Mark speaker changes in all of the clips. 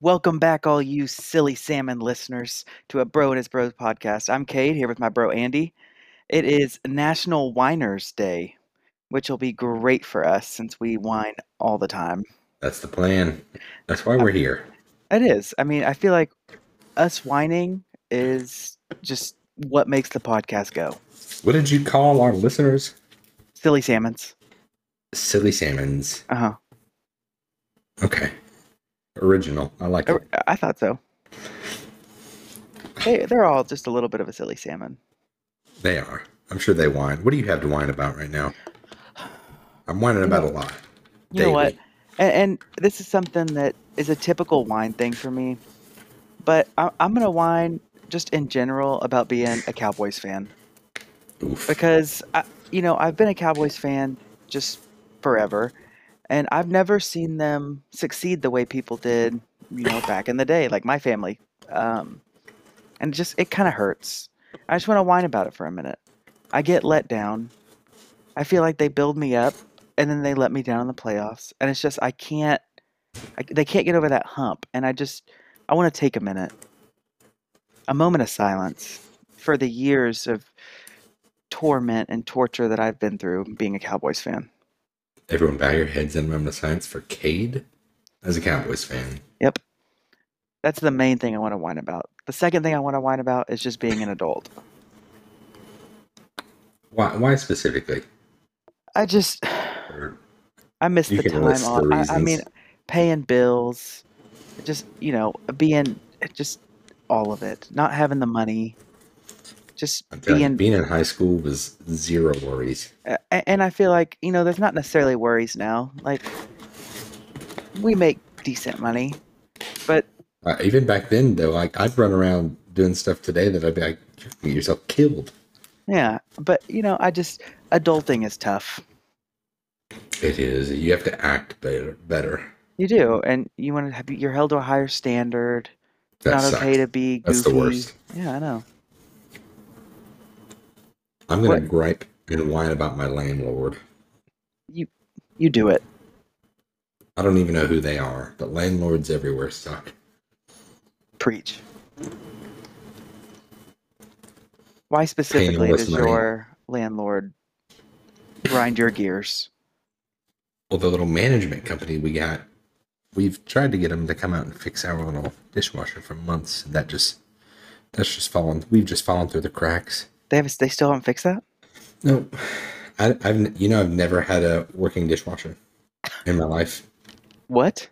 Speaker 1: Welcome back, all you silly salmon listeners, to a Bro and His Bros podcast. I'm Cade here with my bro Andy. It is National Winers Day, which will be great for us since we wine all the time.
Speaker 2: That's the plan. That's why we're here.
Speaker 1: It is. I mean, I feel like us whining is just what makes the podcast go.
Speaker 2: What did you call our listeners?
Speaker 1: Silly salmons.
Speaker 2: Silly salmons.
Speaker 1: Uh huh.
Speaker 2: Okay. Original. I like it.
Speaker 1: I, I thought so. They, they're all just a little bit of a silly salmon.
Speaker 2: They are. I'm sure they whine. What do you have to whine about right now? I'm whining about a lot.
Speaker 1: You know what?
Speaker 2: daily.
Speaker 1: And, and this is something that is a typical wine thing for me, but I, I'm going to whine just in general about being a Cowboys fan
Speaker 2: Oof.
Speaker 1: because, I, you know, I've been a Cowboys fan just forever, and I've never seen them succeed the way people did, you know, back in the day, like my family. Um, and it just, it kind of hurts. I just want to whine about it for a minute. I get let down. I feel like they build me up and then they let me down in the playoffs. And it's just, I can't, I, they can't get over that hump. And I just, I want to take a minute, a moment of silence for the years of torment and torture that I've been through being a Cowboys fan.
Speaker 2: Everyone bow your heads in moment of silence for Cade as a Cowboys fan.
Speaker 1: Yep. That's the main thing I want to whine about. The second thing I want to whine about is just being an adult.
Speaker 2: Why, why specifically?
Speaker 1: I just,
Speaker 2: Or-
Speaker 1: I miss
Speaker 2: You
Speaker 1: the
Speaker 2: can
Speaker 1: time
Speaker 2: list
Speaker 1: on.
Speaker 2: the
Speaker 1: I, I mean,
Speaker 2: reasons.
Speaker 1: paying bills, just you know, being just all of it. Not having the money, just
Speaker 2: I'm telling you,
Speaker 1: being.
Speaker 2: being in high school was zero worries.
Speaker 1: a- a- and I feel like you know, there's not necessarily worries now. Like we make decent money, but
Speaker 2: Uh, even back then, though, like I'd run around doing stuff today that I'd be like, "You're gonna get yourself killed.
Speaker 1: yeah, but you know, I just adulting is tough.
Speaker 2: It is. You have to act better. Better.
Speaker 1: You do, and you want to have you're held to a higher standard. It's
Speaker 2: That
Speaker 1: not
Speaker 2: sucks.
Speaker 1: okay to be goofy.
Speaker 2: That's the worst.
Speaker 1: Yeah, I know.
Speaker 2: I'm gonna
Speaker 1: What-
Speaker 2: gripe and whine about my landlord.
Speaker 1: You do it.
Speaker 2: I don't even know who they are, but landlords everywhere suck.
Speaker 1: Preach. Why specifically
Speaker 2: less
Speaker 1: does
Speaker 2: money.
Speaker 1: your landlord grind your gears?
Speaker 2: Well, the little management company we got, we've tried to get them to come out and fix our little dishwasher for months, and that just that's just fallen. We've just fallen through the cracks.
Speaker 1: They have they still haven't fixed that?
Speaker 2: No, I, I've you know I've never had a working dishwasher in my life.
Speaker 1: What?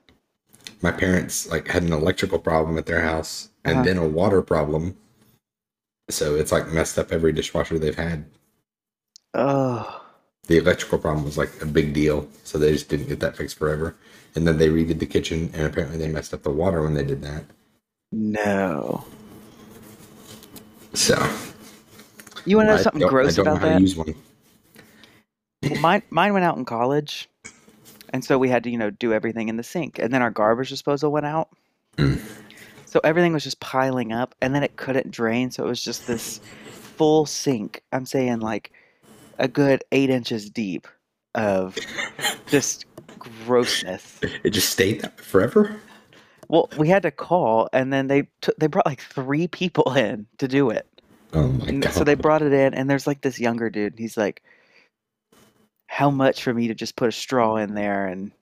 Speaker 2: My parents like had an electrical problem at their house, and
Speaker 1: Uh-huh.
Speaker 2: then a water problem. So it's like messed up every dishwasher they've had.
Speaker 1: Oh,
Speaker 2: the electrical problem was like a big deal, so they just didn't get that fixed forever. And then they redid the kitchen, and apparently they messed up the water when they did that.
Speaker 1: no.
Speaker 2: So
Speaker 1: You want to know
Speaker 2: I
Speaker 1: something
Speaker 2: don't,
Speaker 1: gross
Speaker 2: I don't know
Speaker 1: about
Speaker 2: how
Speaker 1: that?
Speaker 2: to use one.
Speaker 1: Well, mine, mine went out in college, and so we had to, you know, do everything in the sink. And then our garbage disposal went out.
Speaker 2: Mm.
Speaker 1: So everything was just piling up, and then it couldn't drain. So it was just this full sink. I'm saying like a good eight inches deep of just grossness.
Speaker 2: It just stayed that way forever.
Speaker 1: Well, we had to call, and then they took they brought like three people in to do it.
Speaker 2: Oh my
Speaker 1: And
Speaker 2: god!
Speaker 1: so they brought it in, and there's like this younger dude, and he's like, "How much for me to just put a straw in there and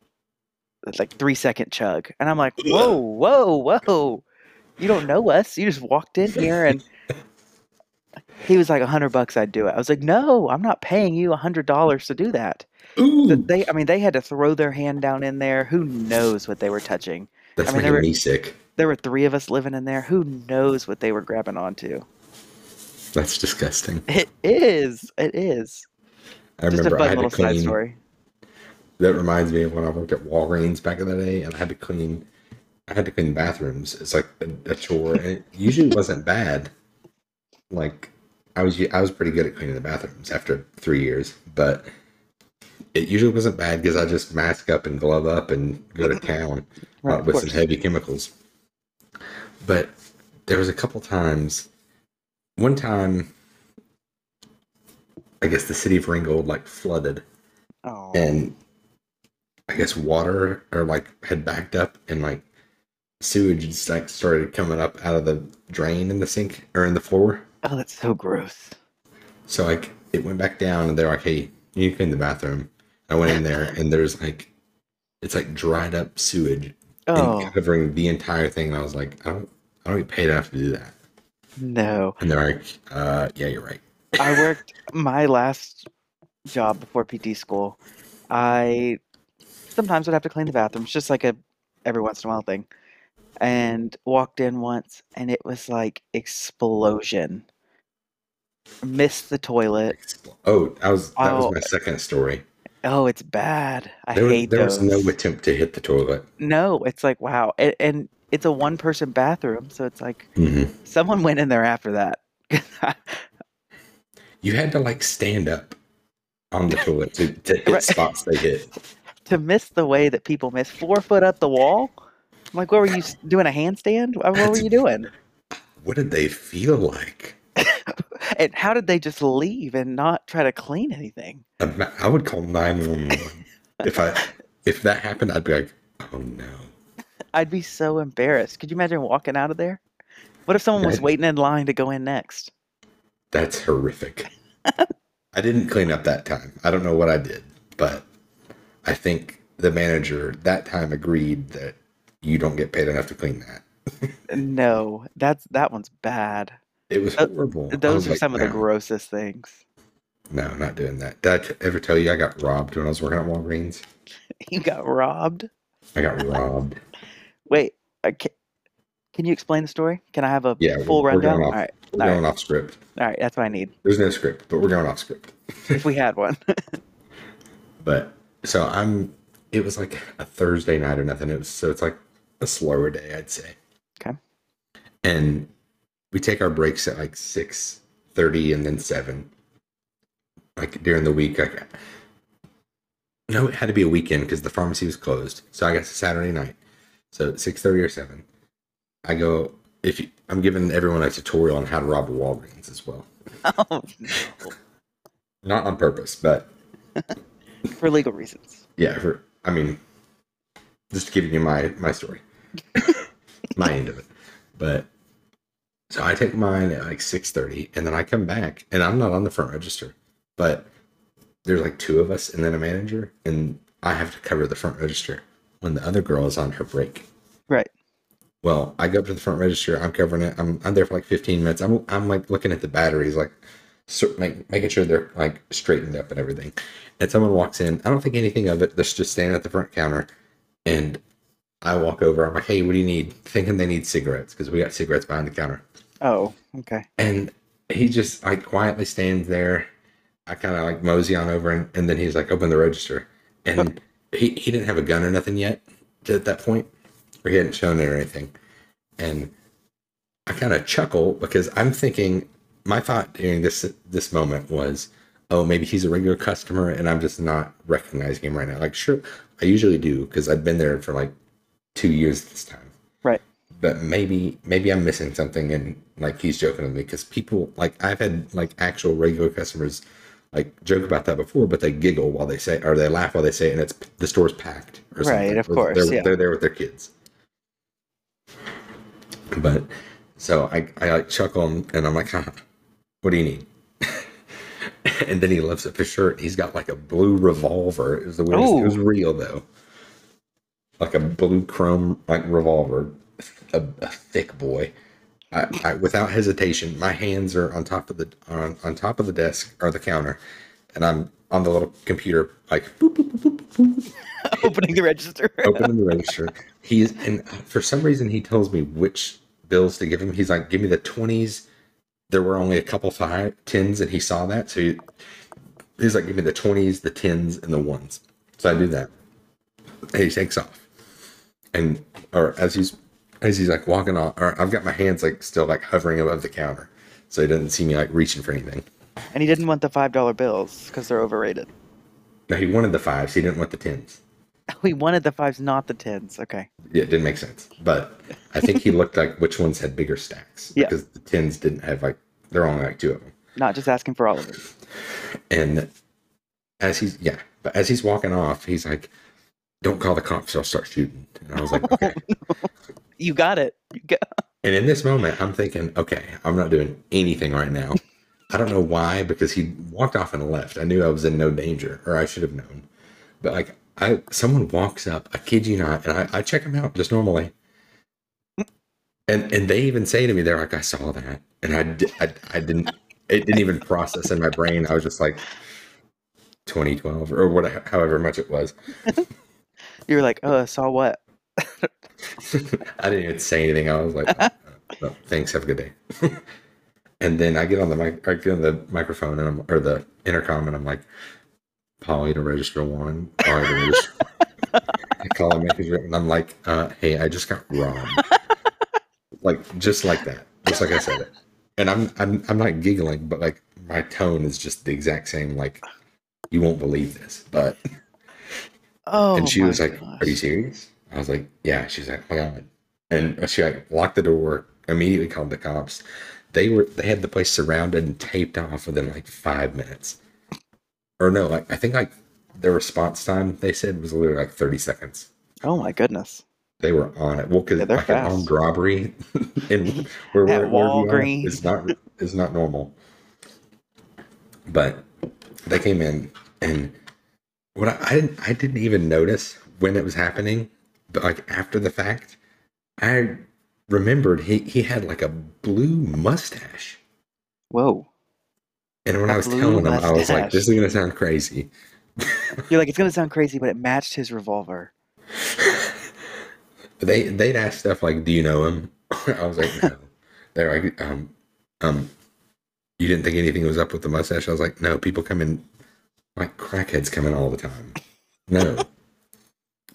Speaker 1: it's like three second chug?" And I'm like, "Whoa, whoa, whoa! You don't know us. You just walked in here and." He was like, a hundred bucks, I'd do it. I was like, no, I'm not paying you a hundred dollars to do that.
Speaker 2: Ooh,
Speaker 1: But they, I mean, they had to throw their hand down in there. Who knows what they were touching?
Speaker 2: that's
Speaker 1: I mean, they
Speaker 2: making
Speaker 1: were-
Speaker 2: me sick.
Speaker 1: There were three of us living in there. Who knows what they were grabbing onto?
Speaker 2: That's disgusting.
Speaker 1: It is. It is.
Speaker 2: I
Speaker 1: Just a
Speaker 2: remember I
Speaker 1: fun
Speaker 2: had to
Speaker 1: little side
Speaker 2: clean. uh,
Speaker 1: story.
Speaker 2: That reminds me of when I worked at Walgreens back in the day, and I had to clean. I had to clean bathrooms. It's like a, a chore, and it usually wasn't bad. Like I was, I was pretty good at cleaning the bathrooms after three years, but it usually wasn't bad because I just mask up and glove up and go to town
Speaker 1: Right,
Speaker 2: uh,
Speaker 1: of
Speaker 2: with some
Speaker 1: course.
Speaker 2: heavy chemicals. But there was a couple times. One time, I guess the city of Ringgold like flooded,
Speaker 1: Oh,
Speaker 2: and I guess water or like had backed up and like sewage just like started coming up out of the drain in the sink or in the floor.
Speaker 1: Oh, that's so gross.
Speaker 2: So like it went back down and they're like, Hey, you need to clean the bathroom. I went in there and there's like it's like dried up sewage
Speaker 1: Oh
Speaker 2: and covering the entire thing. And I was like, I don't I don't get paid enough to do that.
Speaker 1: no.
Speaker 2: And they're like, uh yeah, you're right.
Speaker 1: I worked my last job before PT school. I sometimes would have to clean the bathrooms, just like a every once in a while thing. And walked in once and it was like explosion. Missed the toilet.
Speaker 2: Expl- Oh, I was that
Speaker 1: Oh.
Speaker 2: was my second story.
Speaker 1: Oh, it's bad. I
Speaker 2: There, was-
Speaker 1: hate
Speaker 2: there was
Speaker 1: those.
Speaker 2: no attempt to hit the toilet.
Speaker 1: No, it's like wow. And, and it's a one person bathroom, so it's like
Speaker 2: Mhm.
Speaker 1: someone went in there after that.
Speaker 2: You had to like stand up on the toilet to, to hit
Speaker 1: Right.
Speaker 2: spots they hit.
Speaker 1: to miss the way that people miss four foot up the wall. I'm like, what were you s- doing? A handstand? What what were you doing?
Speaker 2: What did they feel like?
Speaker 1: And how did they just leave and not try to clean anything?
Speaker 2: Um, I would call 911. if I if that happened, I'd be like, oh no.
Speaker 1: I'd be so embarrassed. Could you imagine walking out of there? What if someone was
Speaker 2: Right.
Speaker 1: waiting in line to go in next?
Speaker 2: That's horrific. I didn't clean up that time. I don't know what I did, but I think the manager that time agreed that you don't get paid enough to clean that.
Speaker 1: No, that's that one's bad.
Speaker 2: It was
Speaker 1: Uh,
Speaker 2: horrible. I
Speaker 1: Those
Speaker 2: was
Speaker 1: are
Speaker 2: like,
Speaker 1: some of the
Speaker 2: "No,
Speaker 1: grossest things.
Speaker 2: No, not doing that. Did I t- ever tell you I got robbed when I was working at Walgreens?
Speaker 1: You got robbed.
Speaker 2: I got robbed.
Speaker 1: Wait, I ca- can you explain the story? Can I have a
Speaker 2: Yeah,
Speaker 1: full
Speaker 2: we're- we're
Speaker 1: rundown?
Speaker 2: going
Speaker 1: All
Speaker 2: off-
Speaker 1: right,
Speaker 2: We're
Speaker 1: All right.
Speaker 2: going off script.
Speaker 1: all right, that's what I need.
Speaker 2: There's no script, but we're going off script.
Speaker 1: If we had one,
Speaker 2: But so I'm. It was like a Thursday night or nothing. It was so it's like a slower day, I'd say.
Speaker 1: Okay.
Speaker 2: And we take our breaks at like six thirty and then seven. Like during the week, like no, it had to be a weekend because the pharmacy was closed. So I guess Saturday night. So six thirty or seven. I go if you, I'm giving everyone a tutorial on how to rob a Walgreens as well.
Speaker 1: oh,
Speaker 2: Not on purpose, but
Speaker 1: for legal reasons.
Speaker 2: yeah for, i mean just giving you my my story my end of it but so i take mine at like 6.30 and then i come back and i'm not on the front register but there's like two of us and then a manager and i have to cover the front register when the other girl is on her break
Speaker 1: Right.
Speaker 2: well i go up to the front register i'm covering it i'm, I'm there for like 15 minutes I'm, I'm like looking at the batteries like so, like making sure they're like straightened up and everything and someone walks in. I don't think anything of it. They're just standing at the front counter, and I walk over. I'm like, "Hey, what do you need?" Thinking they need cigarettes because we got cigarettes behind the counter.
Speaker 1: Oh, okay.
Speaker 2: And he just like quietly stands there. I kind of like mosey on over, and, and then he's like, "Open the register." And he he didn't have a gun or nothing yet to- at that point, or he hadn't shown it or anything. And I kind of chuckle because I'm thinking my thought during this this moment was, oh, maybe he's a regular customer and I'm just not recognizing him right now. Like, sure, I usually do because I've been there for like two years this time.
Speaker 1: Right.
Speaker 2: But maybe maybe I'm missing something and like he's joking with me because people like I've had like actual regular customers like joke about that before, but they giggle while they say or they laugh while they say it and it's the store's packed or something.
Speaker 1: Right, of
Speaker 2: Or
Speaker 1: course,
Speaker 2: They're,
Speaker 1: yeah.
Speaker 2: they're there with their kids. But so I, I like chuckle and, and I'm like, huh, what do you need? and then he lifts up his shirt. and He's got like a blue revolver. It was the weirdest. It was real though, like a blue chrome like revolver, a, a thick boy. I, I, without hesitation, my hands are on top of the on, on top of the desk or the counter, and I'm on the little computer like boop boop boop boop boop, boop
Speaker 1: Opening the register.
Speaker 2: opening the register. He's and for some reason he tells me which bills to give him. He's like, give me the twenties. There were only a couple five tens, and he saw that. So he, he's like, give me the twenties, the tens, and the ones. So I do that. And he takes off, and or as he's as he's like walking off, or I've got my hands like still like hovering above the counter, so he doesn't see me like reaching for anything.
Speaker 1: And he didn't want the five dollar bills because they're overrated.
Speaker 2: Now he wanted the fives, he didn't want the tens.
Speaker 1: We wanted the fives, not the tens. Okay.
Speaker 2: Yeah, it didn't make sense. But I think he looked like which ones had bigger stacks.
Speaker 1: Yeah.
Speaker 2: Because the tens didn't have like they're only like two of them.
Speaker 1: Not just asking for all of it.
Speaker 2: And as he's yeah, but as he's walking off, he's like, "Don't call the cops, or I'll start shooting." And I was like, "Okay."
Speaker 1: You got it. You got-
Speaker 2: And in this moment, I'm thinking, okay, I'm not doing anything right now. I don't know why, because he walked off and left. I knew I was in no danger, or I should have known. But like, I someone walks up, I kid you not, and I, I check them out just normally. And and they even say to me, they're like, I saw that, and I di- I, I didn't, it didn't even process in my brain. I was just like, 2012 or whatever, however much it was.
Speaker 1: You were like, oh, I saw what?
Speaker 2: I didn't even say anything. I was like, "Oh, no, "Thanks, have a good day." and then I get on the mic, I get on the microphone, and I'm or the intercom, and I'm like, "Polly to register one, Polly to register." I call him, and I'm like, uh, "Hey, I just got robbed." like just like that, just like I said it. And I'm I'm I'm not giggling, but like my tone is just the exact same. Like you won't believe this, but
Speaker 1: Oh,
Speaker 2: and she
Speaker 1: my
Speaker 2: was like,
Speaker 1: gosh.
Speaker 2: "Are you serious?" I was like, "Yeah." She's like, "Oh my god!" And she like locked the door. Immediately called the cops. They were they had the place surrounded and taped off within like five minutes, or no, like I think like their response time they said was literally like thirty seconds.
Speaker 1: Oh my goodness.
Speaker 2: They were on it. Well, because
Speaker 1: Yeah, they're
Speaker 2: like an
Speaker 1: fast.
Speaker 2: armed robbery in where
Speaker 1: At
Speaker 2: where, where
Speaker 1: Walgreens.
Speaker 2: is not is not normal. But they came in and what I, I didn't I didn't even notice when it was happening, but like after the fact, I remembered he he had like a blue mustache.
Speaker 1: Whoa.
Speaker 2: And when
Speaker 1: A
Speaker 2: I was
Speaker 1: blue
Speaker 2: telling him, I was like,
Speaker 1: mustache.
Speaker 2: "This is gonna sound crazy."
Speaker 1: You're like, it's going to sound crazy, but it matched his revolver.
Speaker 2: they they'd ask stuff like, "Do you know him?" I was like, "No." They're like, um, um, you didn't think anything was up with the mustache? I was like, "No, people come in, like crackheads come in all the time." No,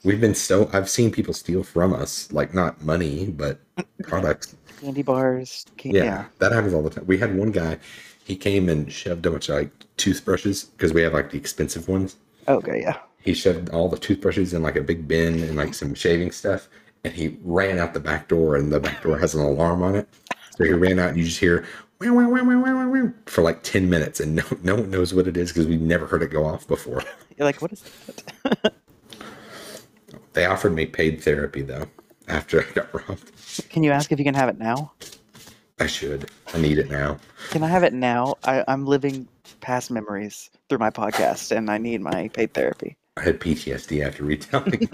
Speaker 2: we've been so I've seen people steal from us, like not money but products.
Speaker 1: Candy bars. Can-
Speaker 2: Yeah,
Speaker 1: yeah.
Speaker 2: that happens all the time. We had one guy, he came and shoved a bunch of like toothbrushes because we have like the expensive ones
Speaker 1: Okay. Yeah.
Speaker 2: he shoved all the toothbrushes in like a big bin and like some shaving stuff and he ran out the back door and the back door has an alarm on it so he ran out and you just hear "Wah, wah, wah, wah, wah, wah, wah," for like 10 minutes and no, no one knows what it is because we've never heard it go off before
Speaker 1: You're like, what is that?
Speaker 2: they offered me paid therapy though after i got robbed
Speaker 1: Can you ask if you can have it now?
Speaker 2: i should i need it now
Speaker 1: Can I have it now? I, I'm living past memories through my podcast and I need my paid therapy.
Speaker 2: i had ptsd after retelling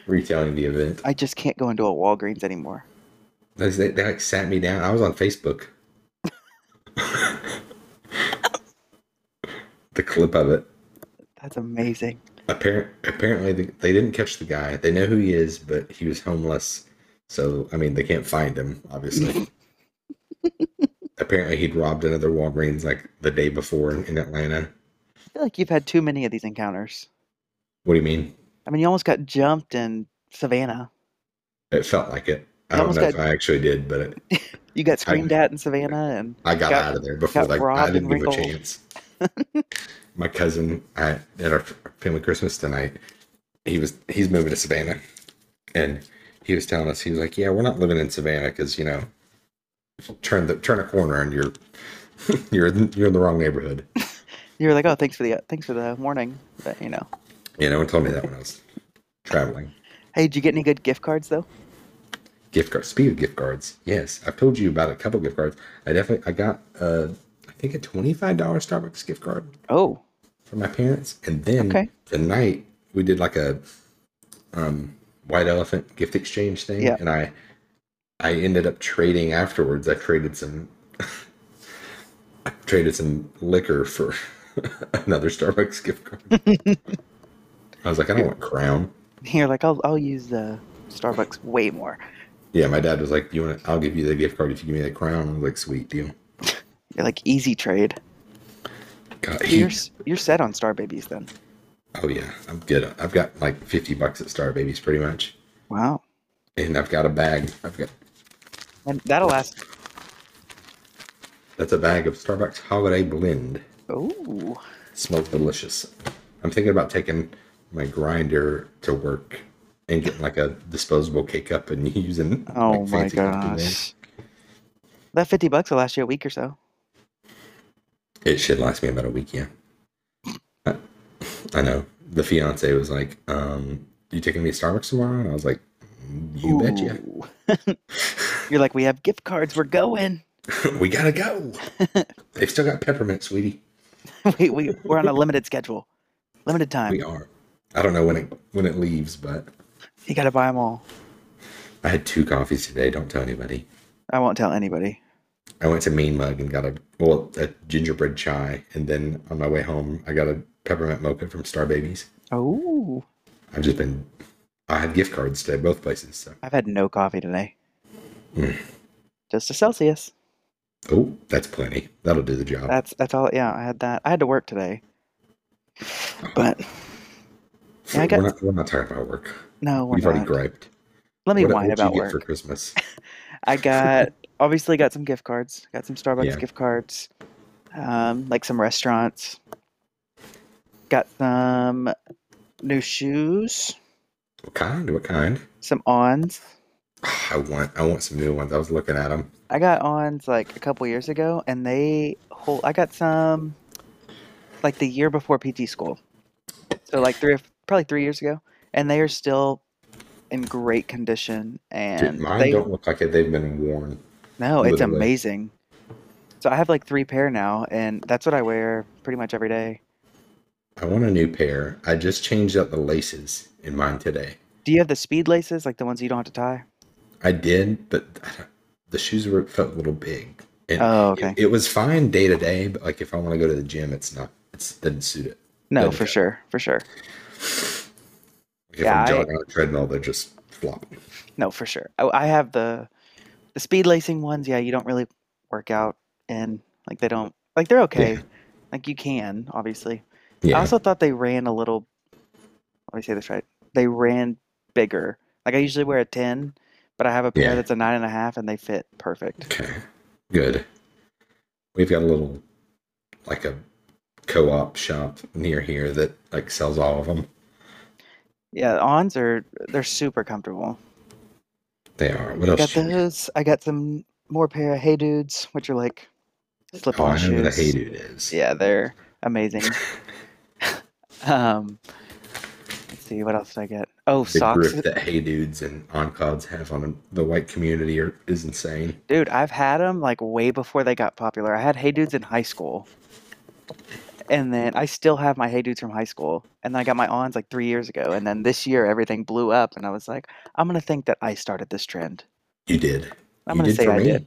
Speaker 2: retelling the event
Speaker 1: I just can't go into a Walgreens anymore.
Speaker 2: They, they, they like sat me down. I was on Facebook. the clip of it.
Speaker 1: That's amazing.
Speaker 2: Appar- apparently, the, they didn't catch the guy. They know who he is, but he was homeless. So, I mean, they can't find him, obviously. apparently, he'd robbed another Walgreens like the day before in, in Atlanta.
Speaker 1: I feel like you've had too many of these encounters.
Speaker 2: What do you mean?
Speaker 1: I mean, you almost got jumped in Savannah.
Speaker 2: It felt like it. I
Speaker 1: You
Speaker 2: don't
Speaker 1: almost
Speaker 2: know
Speaker 1: got-
Speaker 2: if I actually did, but it,
Speaker 1: You got screamed at in Savannah and
Speaker 2: I got,
Speaker 1: Got-
Speaker 2: out of there before
Speaker 1: got
Speaker 2: like I
Speaker 1: robbed
Speaker 2: didn't
Speaker 1: and
Speaker 2: give a
Speaker 1: wrinkled.
Speaker 2: chance. My cousin I, at our family Christmas tonight, he was he's moving to Savannah, and he was telling us he was like, "Yeah, we're not living in Savannah because you know, turn the turn a corner and you're you're in- you're in the wrong neighborhood."
Speaker 1: you were like, oh, thanks for the thanks for the warning. But, you know,
Speaker 2: Yeah, no one told me that when I was traveling.
Speaker 1: hey, did you get any good gift cards though?
Speaker 2: Gift cards. Speaking of gift cards, yes, I've told you about a couple gift cards. I definitely I got uh, I think a twenty five dollar Starbucks gift card.
Speaker 1: Oh,
Speaker 2: for my parents. And then
Speaker 1: Okay.
Speaker 2: tonight we did like a um white elephant gift exchange thing.
Speaker 1: Yeah.
Speaker 2: And I I ended up trading afterwards. I traded some I traded some liquor for another Starbucks gift card. I was like, I don't want crown.
Speaker 1: you're like, I'll I'll use the Starbucks way more.
Speaker 2: Yeah, my dad was like, You want to, I'll give you the gift card if you give me the crown. I was like, sweet deal.
Speaker 1: You're like easy trade.
Speaker 2: God, he-
Speaker 1: You're s- you're set on Star Babies then.
Speaker 2: oh yeah, I'm good. I've got like fifty bucks at Star Babies pretty much.
Speaker 1: Wow,
Speaker 2: And I've got a bag. I've got
Speaker 1: and that'll last.
Speaker 2: That's a bag of Starbucks Holiday Blend.
Speaker 1: Oh,
Speaker 2: Smells delicious. I'm thinking about taking my grinder to work and getting like a disposable K cup and using.
Speaker 1: oh
Speaker 2: like,
Speaker 1: my
Speaker 2: fancy coffee there.
Speaker 1: gosh. That fifty bucks will last you a week or so.
Speaker 2: It should last me about a week, yeah. Uh, I, I know. The fiance was like, um, "You taking me to Starbucks tomorrow?" And I was like, You betcha.
Speaker 1: Ooh. You're like, we have gift cards. We're going.
Speaker 2: we gotta go. They've still got peppermint, sweetie.
Speaker 1: we, we, we're on a limited schedule, limited time.
Speaker 2: We are. I don't know when it when it leaves, but
Speaker 1: You got to buy them all.
Speaker 2: I had two coffees today. Don't tell anybody.
Speaker 1: I won't tell anybody.
Speaker 2: I went to Mean Mug and got a well a gingerbread chai, and then on my way home I got a peppermint mocha from Star Babies.
Speaker 1: Oh,
Speaker 2: I've just been. I have gift cards to both places. So
Speaker 1: I've had no coffee today.
Speaker 2: Mm.
Speaker 1: Just a Celsius.
Speaker 2: oh, that's plenty. That'll do the job.
Speaker 1: That's that's all. Yeah, I had that. I had to work today, but yeah, I got-
Speaker 2: we're, not, we're not talking about work.
Speaker 1: no, we're
Speaker 2: We've already
Speaker 1: not.
Speaker 2: griped.
Speaker 1: Let me
Speaker 2: What-
Speaker 1: whine
Speaker 2: what'd you
Speaker 1: about
Speaker 2: get
Speaker 1: work.
Speaker 2: for Christmas.
Speaker 1: I got obviously got some gift cards. Got some Starbucks
Speaker 2: Yeah.
Speaker 1: gift cards, um, like some restaurants. Got some new shoes,
Speaker 2: What kind? What kind?
Speaker 1: some ons.
Speaker 2: I want. I want some new ones. I was looking at them.
Speaker 1: I got ons like a couple years ago, and they hold. I got some like the year before PT school, so like three, or probably three years ago, and they are still in great condition. And
Speaker 2: Mine
Speaker 1: they
Speaker 2: don't look like it. They've been worn.
Speaker 1: no, it's
Speaker 2: literally.
Speaker 1: amazing. So I have like three pair now, and that's what I wear pretty much every day.
Speaker 2: I want a new pair. I just changed out the laces in mine today.
Speaker 1: Do you have the speed laces, like the ones you don't have to tie?
Speaker 2: I did, but I don't- the shoes were felt a little big. And
Speaker 1: Oh,
Speaker 2: it-
Speaker 1: okay.
Speaker 2: It, was fine day to day, but like if I want to go to the gym, it's not. It's doesn't suit it.
Speaker 1: No,
Speaker 2: Doesn't
Speaker 1: for
Speaker 2: fit.
Speaker 1: sure, for sure.
Speaker 2: Like if
Speaker 1: Yeah, I-
Speaker 2: I'm jogging on a treadmill, they're just flopping.
Speaker 1: No, for sure. I, I have the the speed lacing ones. Yeah, you don't really work out and like they don't like they're okay. Like you can obviously. I
Speaker 2: Yeah,
Speaker 1: also thought they ran a little. Let me say this right. They ran bigger. Like I usually wear a ten, but I have a pair
Speaker 2: Yeah.
Speaker 1: that's a nine and a half, and they fit perfect.
Speaker 2: Okay. Good. We've got a little like a co-op shop near here that like sells all of them.
Speaker 1: Yeah, ons are they're super comfortable.
Speaker 2: They are. What else?
Speaker 1: got
Speaker 2: should we-
Speaker 1: those. I got some more pair of Hey Dudes, which are like slip
Speaker 2: oh,
Speaker 1: on
Speaker 2: I know
Speaker 1: shoes.
Speaker 2: what a hey dude is.
Speaker 1: Yeah, they're amazing. um, let's see, what else did I get? Oh,
Speaker 2: The
Speaker 1: socks.
Speaker 2: grip that hey dudes and onclods have on the white community are, is insane.
Speaker 1: Dude, I've had them like way before they got popular. I had Hey Dudes in high school. And then I still have my Hey Dudes from high school. And then I got my Ons like three years ago. And then this year, everything blew up. And I was like, I'm going to think that I started this trend.
Speaker 2: You did.
Speaker 1: I'm
Speaker 2: you
Speaker 1: going to
Speaker 2: did
Speaker 1: say
Speaker 2: for
Speaker 1: I
Speaker 2: me.
Speaker 1: did.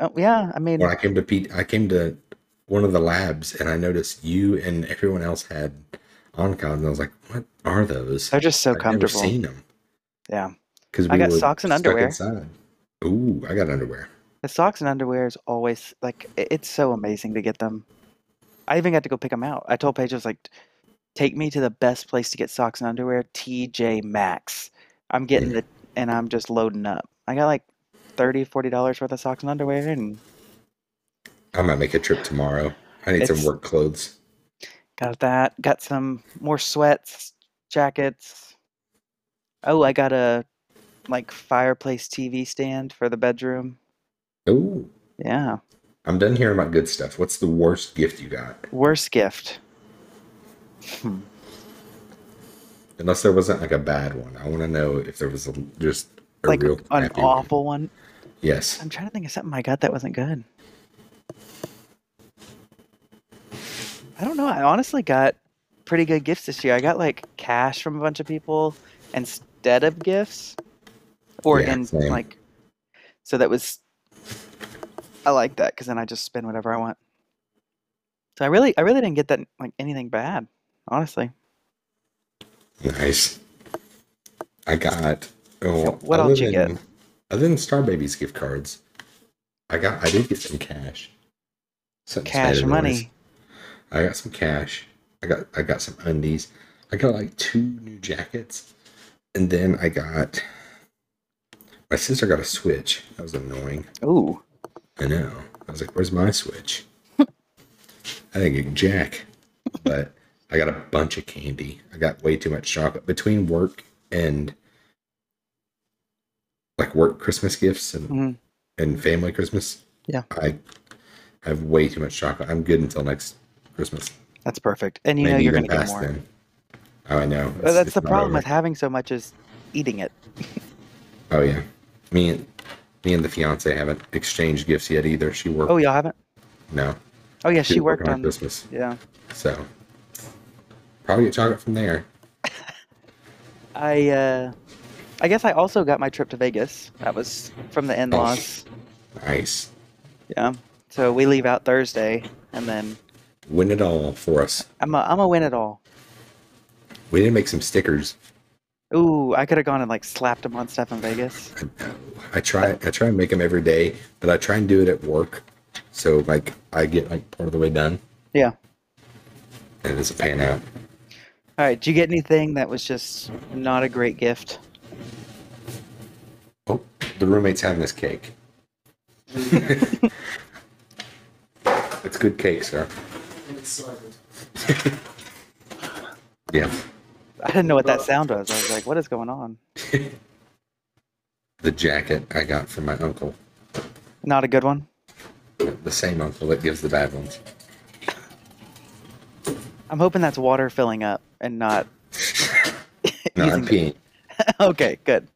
Speaker 1: Oh, yeah, I mean,
Speaker 2: When I came to Pete, I came to one of the labs and I noticed you and everyone else had onclods, and I was like, "What are those?"
Speaker 1: they're just so
Speaker 2: I've never
Speaker 1: comfortable.
Speaker 2: seen them.
Speaker 1: Yeah.
Speaker 2: Because
Speaker 1: I got socks and underwear.
Speaker 2: Inside. Ooh, I got underwear.
Speaker 1: The socks and underwear is always like i- it's so amazing to get them. I even got to go pick them out. I told Paige I was like, "Take me to the best place to get socks and underwear, TJ Maxx. I'm getting
Speaker 2: Mm.
Speaker 1: the and I'm just loading up. I got like 30 40 dollars worth of socks and underwear and
Speaker 2: I might make a trip tomorrow. I need some
Speaker 1: It's-
Speaker 2: work clothes.
Speaker 1: got that. Got some more sweats, jackets. Oh, I got a like fireplace TV stand for the bedroom.
Speaker 2: Ooh,
Speaker 1: Yeah,
Speaker 2: I'm done hearing about good stuff. What's the worst gift you got?
Speaker 1: worst gift. Hmm.
Speaker 2: Unless there wasn't like a bad one. I want to know if there was a, just a
Speaker 1: Like
Speaker 2: real
Speaker 1: an
Speaker 2: crappy one.
Speaker 1: awful one.
Speaker 2: Yes.
Speaker 1: I'm trying to think of something I got that wasn't good. I don't know. I honestly got pretty good gifts this year. I got like cash from a bunch of people instead of gifts, or
Speaker 2: Yeah,
Speaker 1: in
Speaker 2: same.
Speaker 1: like. So that was. I like that because then I just spend whatever I want. So I really, I really didn't get that like anything bad, honestly.
Speaker 2: Nice. I got. Oh,
Speaker 1: what
Speaker 2: other
Speaker 1: else you
Speaker 2: than-
Speaker 1: get?
Speaker 2: Other than Star Baby's gift cards, I got. I did get some cash. Something
Speaker 1: Cash
Speaker 2: Spider-Man's.
Speaker 1: money.
Speaker 2: I got some cash. I got I got some undies. I got like two new jackets, and then I got my sister got a switch. That was annoying.
Speaker 1: Ooh,
Speaker 2: I know. I was like, "Where's my switch?" I didn't get jack, but I got a bunch of candy. I got way too much chocolate between work and like work Christmas gifts and
Speaker 1: Mhm.
Speaker 2: and family Christmas.
Speaker 1: Yeah.
Speaker 2: I I have way too much chocolate. I'm good until next Christmas.
Speaker 1: that's perfect. And you know you're gonna get more.
Speaker 2: then. Oh, I know.
Speaker 1: But
Speaker 2: It's-
Speaker 1: that's
Speaker 2: it's
Speaker 1: the
Speaker 2: not
Speaker 1: problem
Speaker 2: over.
Speaker 1: with having so much is eating it.
Speaker 2: Oh yeah, me and me and the fiance haven't exchanged gifts yet either. She worked.
Speaker 1: Oh, y'all haven't?
Speaker 2: No,
Speaker 1: Oh, yeah,
Speaker 2: she's
Speaker 1: she worked
Speaker 2: working
Speaker 1: on this.
Speaker 2: Christmas,
Speaker 1: Yeah.
Speaker 2: so probably get chocolate from there.
Speaker 1: I uh, I guess I also got my trip to Vegas. That was from the in-laws.
Speaker 2: Nice.
Speaker 1: Yeah. So we leave out Thursday, and then
Speaker 2: Win it all for us.
Speaker 1: I'm a, I'm a win it all.
Speaker 2: We didn't make some stickers.
Speaker 1: Ooh, I could have gone and like slapped them on stuff in Vegas.
Speaker 2: I, I try. I try and make them every day, but I try and do it at work. So like I get like part of the way done,
Speaker 1: Yeah.
Speaker 2: and it's a pan out.
Speaker 1: All right. Did you get anything that was just not a great gift?
Speaker 2: Oh, the roommate's having this cake. it's good cake, sir. yeah,
Speaker 1: I didn't know what that sound was. I was like, what is going on?
Speaker 2: the jacket I got from my uncle,
Speaker 1: Not a good one.
Speaker 2: the same uncle that gives the bad ones.
Speaker 1: I'm hoping that's water filling up and not.
Speaker 2: No, I'm
Speaker 1: using-
Speaker 2: peeing.
Speaker 1: okay. Good.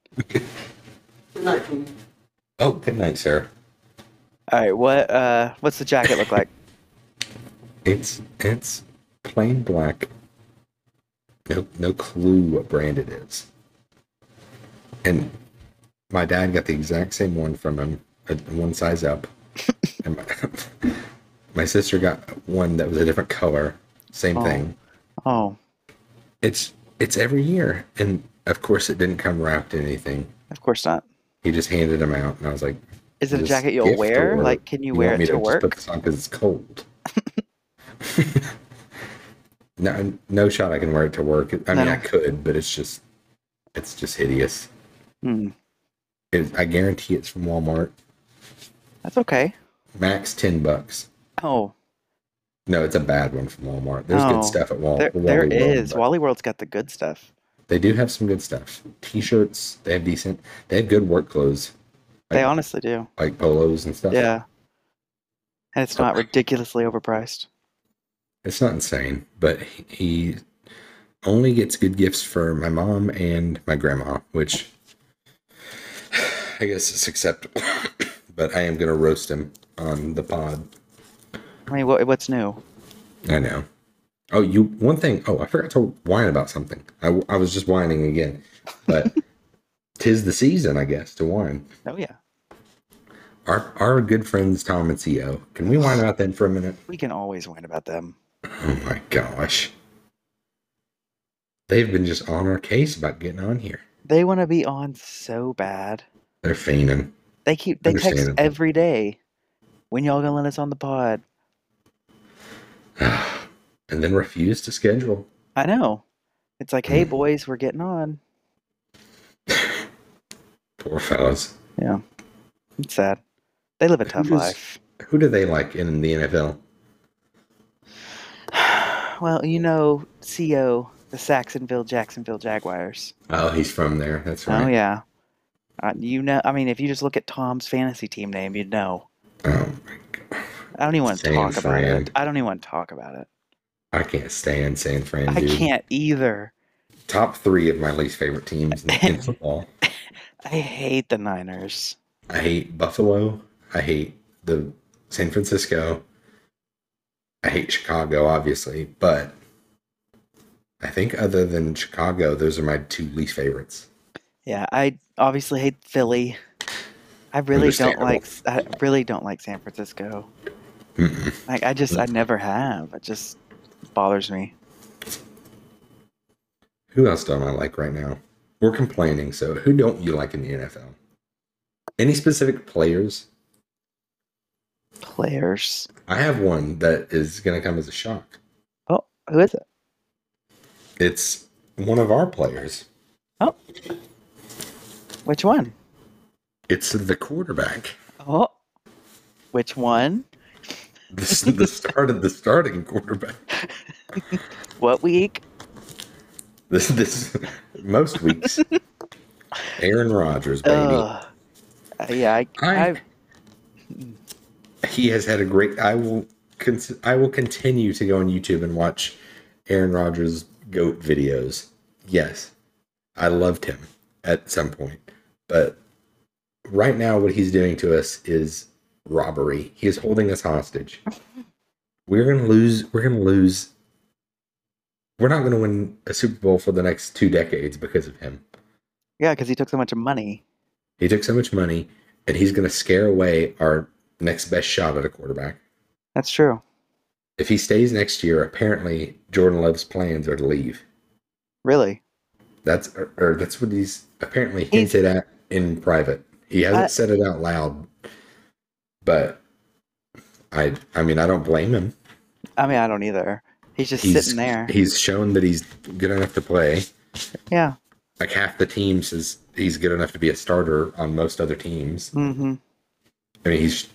Speaker 2: Oh, good night, sir.
Speaker 1: All right. What uh, what's the jacket look like?
Speaker 2: It's it's plain black. No no clue what brand it is. And my dad got the exact same one from him, uh, one size up. and my, my sister got one that was a different color, same
Speaker 1: Oh.
Speaker 2: thing.
Speaker 1: Oh,
Speaker 2: It's it's every year, and of course it didn't come wrapped in anything.
Speaker 1: of course not.
Speaker 2: He just handed them out, and I was like,
Speaker 1: Is it a
Speaker 2: "This
Speaker 1: jacket you'll
Speaker 2: gift,
Speaker 1: wear?
Speaker 2: or
Speaker 1: Like, can you,
Speaker 2: want
Speaker 1: wear
Speaker 2: me
Speaker 1: it to
Speaker 2: just
Speaker 1: work?
Speaker 2: Put this on because it's cold. no, no shot. I can wear it to work. I mean,
Speaker 1: No.
Speaker 2: I could, but it's just, it's just hideous.
Speaker 1: Hmm,
Speaker 2: It, I guarantee it's from Walmart.
Speaker 1: that's okay.
Speaker 2: Max ten bucks.
Speaker 1: Oh,
Speaker 2: No, it's a bad one from Walmart. There's
Speaker 1: No.
Speaker 2: good stuff at Wal-
Speaker 1: Oh. there,
Speaker 2: Walmart.
Speaker 1: there is. Wally World's got the good stuff.
Speaker 2: They do have some good stuff. T-shirts. They have decent. They have good work clothes,
Speaker 1: They
Speaker 2: Like-
Speaker 1: honestly do.
Speaker 2: like polos and stuff.
Speaker 1: Yeah. And it's not ridiculously overpriced.
Speaker 2: It's not insane, but he- he only gets good gifts for my mom and my grandma, which I guess is acceptable. but I am going to roast him on the pod.
Speaker 1: I mean, what, what's new?
Speaker 2: I know. Oh, you, one thing. Oh, I forgot to whine about something. I, I was just whining again, but tis the season, I guess, to whine.
Speaker 1: Oh, yeah.
Speaker 2: Our, our good friends, Tom and CO. Can we whine about them for a minute?
Speaker 1: We can always whine about them.
Speaker 2: Oh my gosh. They've been just on our case about getting on here.
Speaker 1: They want to be on so bad.
Speaker 2: They're fiending.
Speaker 1: They keep, they text
Speaker 2: Understandable.
Speaker 1: every day. When y'all gonna let us on the pod?
Speaker 2: and then refuse to schedule.
Speaker 1: I know. It's like, hey,
Speaker 2: Mm.
Speaker 1: boys, we're getting on.
Speaker 2: Poor fellas.
Speaker 1: Yeah. It's sad. They live a
Speaker 2: Who
Speaker 1: tough
Speaker 2: does-
Speaker 1: life.
Speaker 2: Who do they like in the NFL?
Speaker 1: Well, you know, CO, the Saxonville Jacksonville Jaguars.
Speaker 2: Oh, he's from there. That's
Speaker 1: Oh
Speaker 2: right.
Speaker 1: yeah, uh, you know. I mean, if you just look at Tom's fantasy team name, you'd know.
Speaker 2: Oh my god.
Speaker 1: I don't even want to
Speaker 2: Same
Speaker 1: talk about it.
Speaker 2: friend.
Speaker 1: I don't even want to talk about it.
Speaker 2: I can't stand San Fran.
Speaker 1: I
Speaker 2: Dude.
Speaker 1: can't either.
Speaker 2: Top three of my least favorite teams in, in football.
Speaker 1: I hate the Niners.
Speaker 2: I hate Buffalo. I hate the San Francisco. I hate Chicago, obviously, but I think other than Chicago, those are my two least favorites.
Speaker 1: Yeah, I obviously hate Philly. I really don't
Speaker 2: Understandable.
Speaker 1: like. I really don't like San Francisco.
Speaker 2: Mm-mm.
Speaker 1: Like I just, I
Speaker 2: Mm.
Speaker 1: never have. It just bothers me.
Speaker 2: Who else don't I like right now? We're complaining, so who don't you like in the NFL? Any specific players?
Speaker 1: Players.
Speaker 2: I have one that is going to come as a shock.
Speaker 1: Oh, who is it?
Speaker 2: It's one of our players.
Speaker 1: Which one?
Speaker 2: It's the quarterback,
Speaker 1: Oh, which one?
Speaker 2: the, the start of the starting quarterback.
Speaker 1: What week?
Speaker 2: This this most weeks. Aaron Rodgers, baby.
Speaker 1: Ugh. Uh, yeah, I,
Speaker 2: I-
Speaker 1: I,
Speaker 2: he has had a great. I will. Con- I will continue to go on YouTube and watch Aaron Rodgers goat videos. Yes, I loved him at some point, but right now what he's doing to us is robbery. He is holding us hostage. We're gonna lose. We're gonna lose. We're not gonna win a Super Bowl for the next two decades because of him.
Speaker 1: Yeah, because he took so much money.
Speaker 2: He took so much money, and he's gonna scare away our next best shot at a quarterback.
Speaker 1: That's true.
Speaker 2: If he stays next year, apparently Jordan Love's plans are to leave.
Speaker 1: Really?
Speaker 2: That's or, or that's what he's apparently hinted at in private. He hasn't
Speaker 1: Uh,
Speaker 2: said it out loud, but I I mean I don't blame him.
Speaker 1: I mean, I don't either. He's just
Speaker 2: He's
Speaker 1: sitting there.
Speaker 2: He's shown that he's good enough to play.
Speaker 1: yeah.
Speaker 2: Like half the team says he's good enough to be a starter on most other teams.
Speaker 1: Mm-hmm.
Speaker 2: I mean he's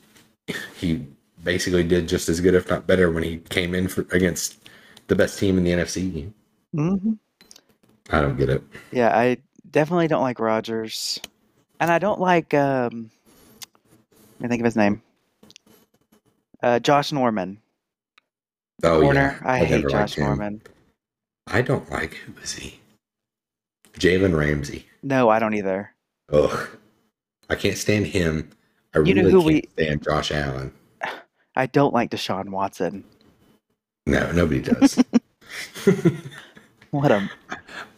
Speaker 2: he basically did just as good if not better when he came in for, against the best team in the NFC.
Speaker 1: Mm-hmm.
Speaker 2: I don't get it.
Speaker 1: Yeah, I definitely don't like Rogers, and I don't like. Um, let me think of his name. Uh, Josh Norman,
Speaker 2: Oh
Speaker 1: corner.
Speaker 2: yeah,
Speaker 1: I, hate
Speaker 2: never liked
Speaker 1: Josh
Speaker 2: him.
Speaker 1: Norman.
Speaker 2: I don't like who is he? Jalen Ramsey.
Speaker 1: No, I don't either.
Speaker 2: Ugh. I can't stand him. I
Speaker 1: You know
Speaker 2: really
Speaker 1: who
Speaker 2: can't
Speaker 1: we-
Speaker 2: stand Josh Allen.
Speaker 1: I don't like Deshaun Watson.
Speaker 2: No, nobody does.
Speaker 1: What a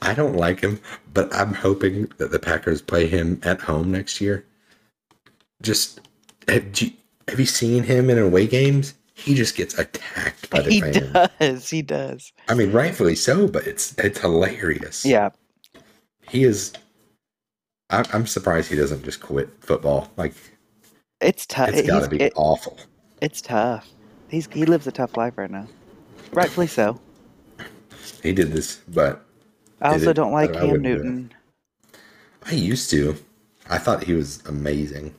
Speaker 2: I don't like him, but I'm hoping that the Packers play him at home next year. Just have you, have you seen him in away games? He just gets attacked by the
Speaker 1: he
Speaker 2: fans.
Speaker 1: does. He does.
Speaker 2: I mean, rightfully so, but it's it's hilarious.
Speaker 1: Yeah,
Speaker 2: he is. I, I'm surprised he doesn't just quit football. Like
Speaker 1: it's tough.
Speaker 2: it's got to be awful.
Speaker 1: it's tough. He's he lives a tough life right now. Rightfully so.
Speaker 2: He did this, but
Speaker 1: I
Speaker 2: It
Speaker 1: also
Speaker 2: is,
Speaker 1: don't like
Speaker 2: but I
Speaker 1: Cam
Speaker 2: wouldn't do it.
Speaker 1: Newton.
Speaker 2: I used to. I thought he was amazing,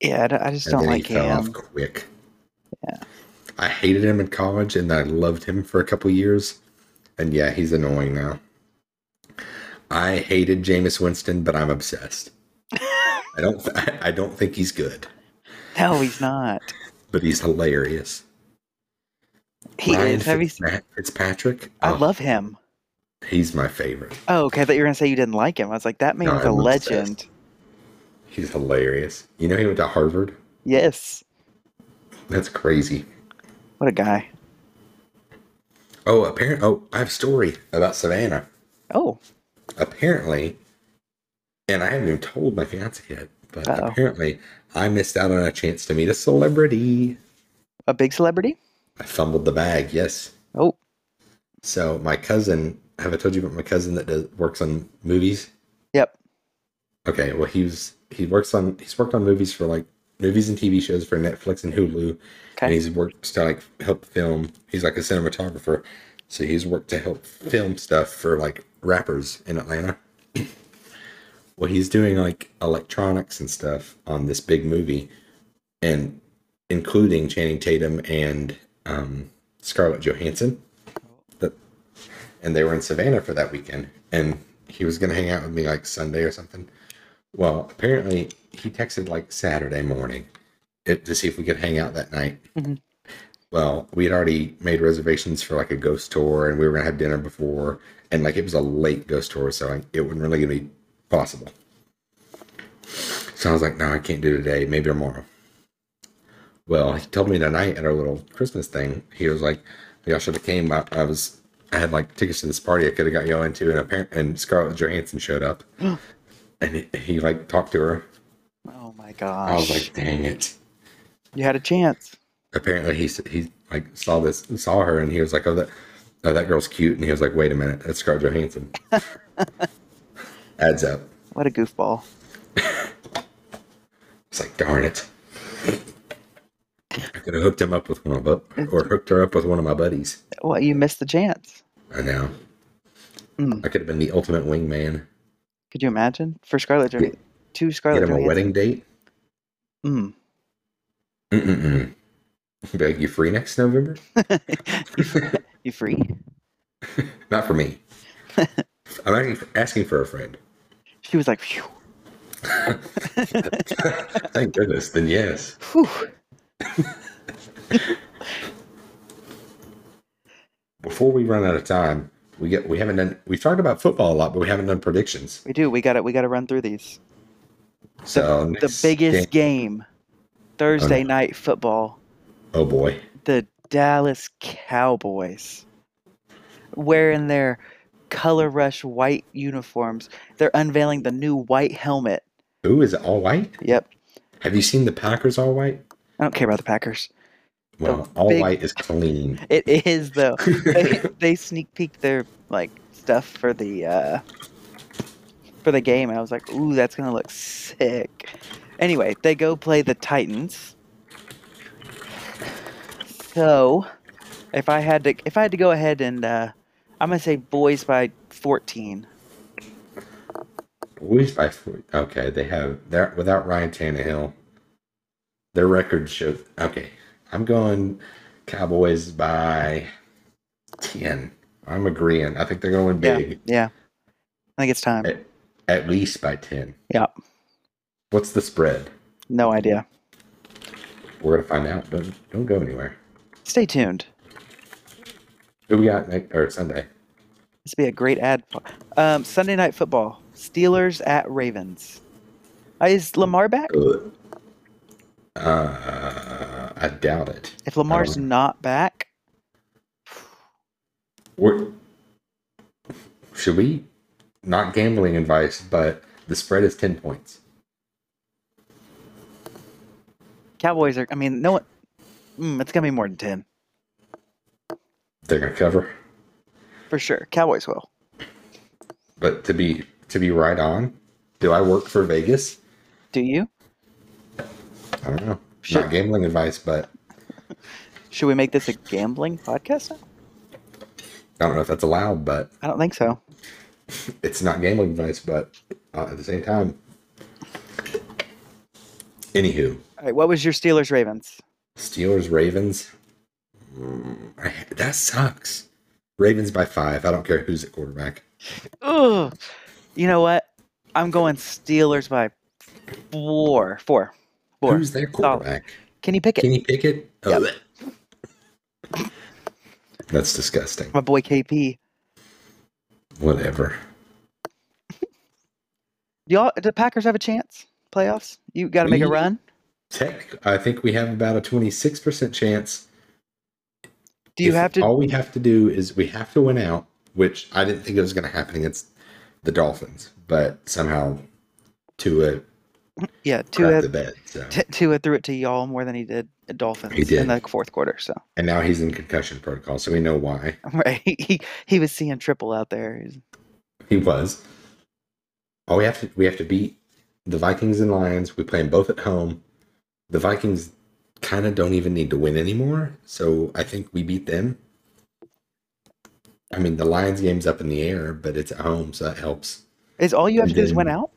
Speaker 1: Yeah, I, don't- I just
Speaker 2: and
Speaker 1: don't
Speaker 2: then
Speaker 1: like
Speaker 2: he fell off
Speaker 1: Cam.
Speaker 2: quick.
Speaker 1: Yeah.
Speaker 2: I hated him in college, and I loved him for a couple years. And yeah, he's annoying now. I hated Jameis Winston, but I'm obsessed. I don't. I, I don't think he's good,
Speaker 1: No, he's not.
Speaker 2: but he's hilarious.
Speaker 1: He
Speaker 2: Ryan
Speaker 1: is. Have you?
Speaker 2: Fitzma- Fitzpatrick?
Speaker 1: I
Speaker 2: Oh,
Speaker 1: love him.
Speaker 2: He's my favorite.
Speaker 1: Oh, okay. I thought you were gonna say you didn't like him. I was like, that man's a
Speaker 2: I'm obsessed.
Speaker 1: legend.
Speaker 2: He's hilarious. You know he went to Harvard.
Speaker 1: Yes.
Speaker 2: That's crazy.
Speaker 1: What a guy.
Speaker 2: Oh, apparently. Oh, I have a story about Savannah.
Speaker 1: Oh,
Speaker 2: apparently, and I haven't even told my fiance yet, but
Speaker 1: Uh-oh.
Speaker 2: apparently I missed out on a chance to meet a celebrity.
Speaker 1: a big celebrity.
Speaker 2: I fumbled the bag, yes.
Speaker 1: Oh,
Speaker 2: So my cousin, have I told you about my cousin that does, works on movies?
Speaker 1: yep.
Speaker 2: Okay, well he was he works on he's worked on movies for like movies and TV shows for Netflix and Hulu, and
Speaker 1: Okay.
Speaker 2: he's worked to like help film. He's like a cinematographer, so he's worked to help film stuff for like rappers in Atlanta. well, he's doing like electronics and stuff on this big movie, and including Channing Tatum and um, Scarlett Johansson. That, and they were in Savannah for that weekend, and he was gonna hang out with me like Sunday or something. Well, apparently he texted like Saturday morning it, to see if we could hang out that night.
Speaker 1: Mhm.
Speaker 2: Well, we had already made reservations for like a ghost tour, and we were gonna have dinner before, and like it was a late ghost tour, so like, it wasn't really gonna be possible. So I was like, no, I can't do today. Maybe tomorrow. Well, he told me tonight at our little Christmas thing. He was like, "Y'all should have came. I, I was, I had like tickets to this party I could have got y'all into." And apparent and Scarlett Johansson showed up, and he, he like talked to her.
Speaker 1: Oh my
Speaker 2: I was
Speaker 1: gosh.
Speaker 2: like, "Dang it!"
Speaker 1: you had a chance.
Speaker 2: apparently he s- he like saw this saw her and he was like oh that oh, that girl's cute and he was like wait a minute that's Scarlett Johansson adds up
Speaker 1: What a goofball.
Speaker 2: it's like darn it I could have hooked him up with one of bu- or hooked her up with one of my buddies
Speaker 1: Well, you missed the chance.
Speaker 2: I know
Speaker 1: Mm.
Speaker 2: I could have been the ultimate wingman
Speaker 1: Could you imagine for Scarlett Johansson? Two
Speaker 2: get
Speaker 1: Scarlett
Speaker 2: him a
Speaker 1: Johansson.
Speaker 2: wedding date
Speaker 1: Mm.
Speaker 2: Mm-mm-mm. be like you free next November
Speaker 1: You free?
Speaker 2: not for me I'm actually asking for a friend
Speaker 1: She was like, phew.
Speaker 2: thank goodness then yes
Speaker 1: Whew.
Speaker 2: before we run out of time, we get we haven't done we've talked about football a lot, but we haven't done predictions.
Speaker 1: We do. We got to We got to run through these.
Speaker 2: So
Speaker 1: the biggest game, Thursday night football,
Speaker 2: Oh boy.
Speaker 1: the Dallas Cowboys wearing their color rush white uniforms. They're unveiling the new white helmet.
Speaker 2: Ooh, is it all white?
Speaker 1: Yep.
Speaker 2: Have you seen the Packers all white?
Speaker 1: I don't care about the Packers.
Speaker 2: Well, all
Speaker 1: big-
Speaker 2: white is clean.
Speaker 1: It is though. they, they sneak peeked their like stuff for the uh for the game and I was like, "Ooh, that's going to look sick." Anyway, they go play the Titans. So, if I had to if I had to go ahead and uh I'm going to say boys by 14.
Speaker 2: Boys by four. Okay, they have that without Ryan Tannehill. Their record show. Okay, I'm going Cowboys by ten. I'm agreeing. I think they're going
Speaker 1: Yeah.
Speaker 2: big,
Speaker 1: Yeah. I think it's time.
Speaker 2: Hey. at least by ten.
Speaker 1: Yeah.
Speaker 2: What's the spread?
Speaker 1: No idea.
Speaker 2: We're gonna find out. Don't don't go anywhere.
Speaker 1: Stay tuned.
Speaker 2: Who we got next or Sunday?
Speaker 1: This would be a great ad. for- Um, Sunday night football. Steelers at Ravens. Uh, Is Lamar back?
Speaker 2: Ugh. Uh, I doubt it.
Speaker 1: If Lamar's
Speaker 2: Um,
Speaker 1: not back,
Speaker 2: We're, should we? Not gambling advice, but the spread is ten points.
Speaker 1: Cowboys are. I mean, no one. Mm, it's gonna be more than ten
Speaker 2: They're gonna cover.
Speaker 1: for sure. Cowboys will.
Speaker 2: But to be to be right on, do I work for Vegas?
Speaker 1: Do you?
Speaker 2: I don't know.
Speaker 1: Sure.
Speaker 2: Not gambling advice, but
Speaker 1: Should we make this a gambling podcast? now?
Speaker 2: I don't know if that's allowed. But
Speaker 1: I don't think so.
Speaker 2: it's not gambling advice, but uh, at the same time. Anywho,
Speaker 1: All right. What was your Steelers Ravens?
Speaker 2: Steelers Ravens. Mm, I- that sucks. Ravens by five. I don't care who's at quarterback.
Speaker 1: Ugh. You know what? I'm going Steelers by four. Four. Four.
Speaker 2: Who's their quarterback?
Speaker 1: Kenny Pickett.
Speaker 2: Can you pick it?
Speaker 1: Yep.
Speaker 2: Ugh. That's disgusting.
Speaker 1: My boy KP.
Speaker 2: Whatever.
Speaker 1: Do y'all? Do the Packers have a chance? Playoffs? You got to make a
Speaker 2: We-
Speaker 1: run.
Speaker 2: Tech, I think we have about a 26% chance.
Speaker 1: Do you
Speaker 2: If
Speaker 1: have to?
Speaker 2: All we have to do is we have to win out, which I didn't think it was going to happen against the Dolphins, but somehow Tua
Speaker 1: yeah,
Speaker 2: crapped
Speaker 1: Tua.
Speaker 2: the bed. So.
Speaker 1: T- Tua threw it to y'all more than he did the Dolphins
Speaker 2: He did.
Speaker 1: in the fourth quarter. So
Speaker 2: And now he's in concussion protocol, so we know why
Speaker 1: right, he he was seeing triple out there. He's-
Speaker 2: he was. All we have to we have to beat the Vikings and Lions. We play them both at home. The Vikings kind of don't even need to win anymore, so I think we beat them. I mean, the Lions game's up in the air, but it's at home, so that helps.
Speaker 1: Is all you have to do is win
Speaker 2: Then-
Speaker 1: out?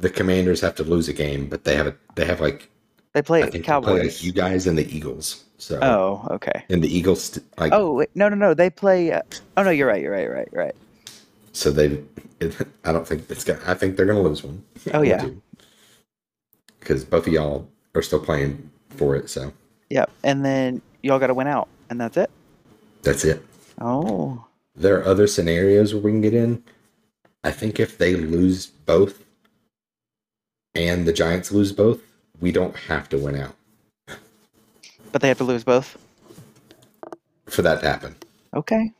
Speaker 2: the commanders have to lose a game but they have a they have like
Speaker 1: They play
Speaker 2: i think they play
Speaker 1: Cowboys.
Speaker 2: like you guys and the eagles so
Speaker 1: oh, okay.
Speaker 2: and the eagles st- like
Speaker 1: Oh wait, no, no, no. They play. Uh, oh no, you're right. You're right. You're right. You're right.
Speaker 2: so they it, i don't think it's gonna i think they're gonna lose one
Speaker 1: Oh yeah.
Speaker 2: because both of y'all are still playing for it so
Speaker 1: Yep. And then y'all got to win out, and that's it.
Speaker 2: that's it
Speaker 1: Oh,
Speaker 2: there are other scenarios where we can get in i think if they lose both and the giants lose both we don't have to win out
Speaker 1: but they have to lose both.
Speaker 2: for that to happen
Speaker 1: Okay.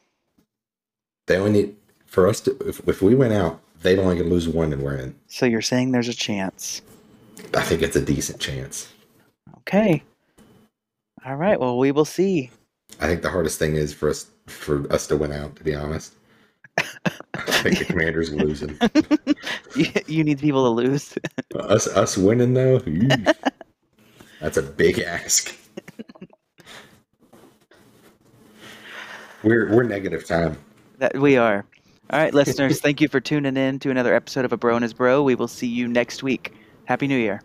Speaker 2: They only need for us to if, if we went out, they'd only gonna lose one and we're in.
Speaker 1: So you're saying there's a chance.
Speaker 2: I think it's a decent chance.
Speaker 1: Okay. All right. Well, we will see.
Speaker 2: I think the hardest thing is for us for us to win out, to be honest. I think the commander's losing.
Speaker 1: you, you need people to lose.
Speaker 2: Us us winning though, yeesh. that's a big ask. We're we're negative time.
Speaker 1: That we are. All right, listeners, thank you for tuning in to another episode of A Bro and His Bro. We will see you next week. Happy New Year.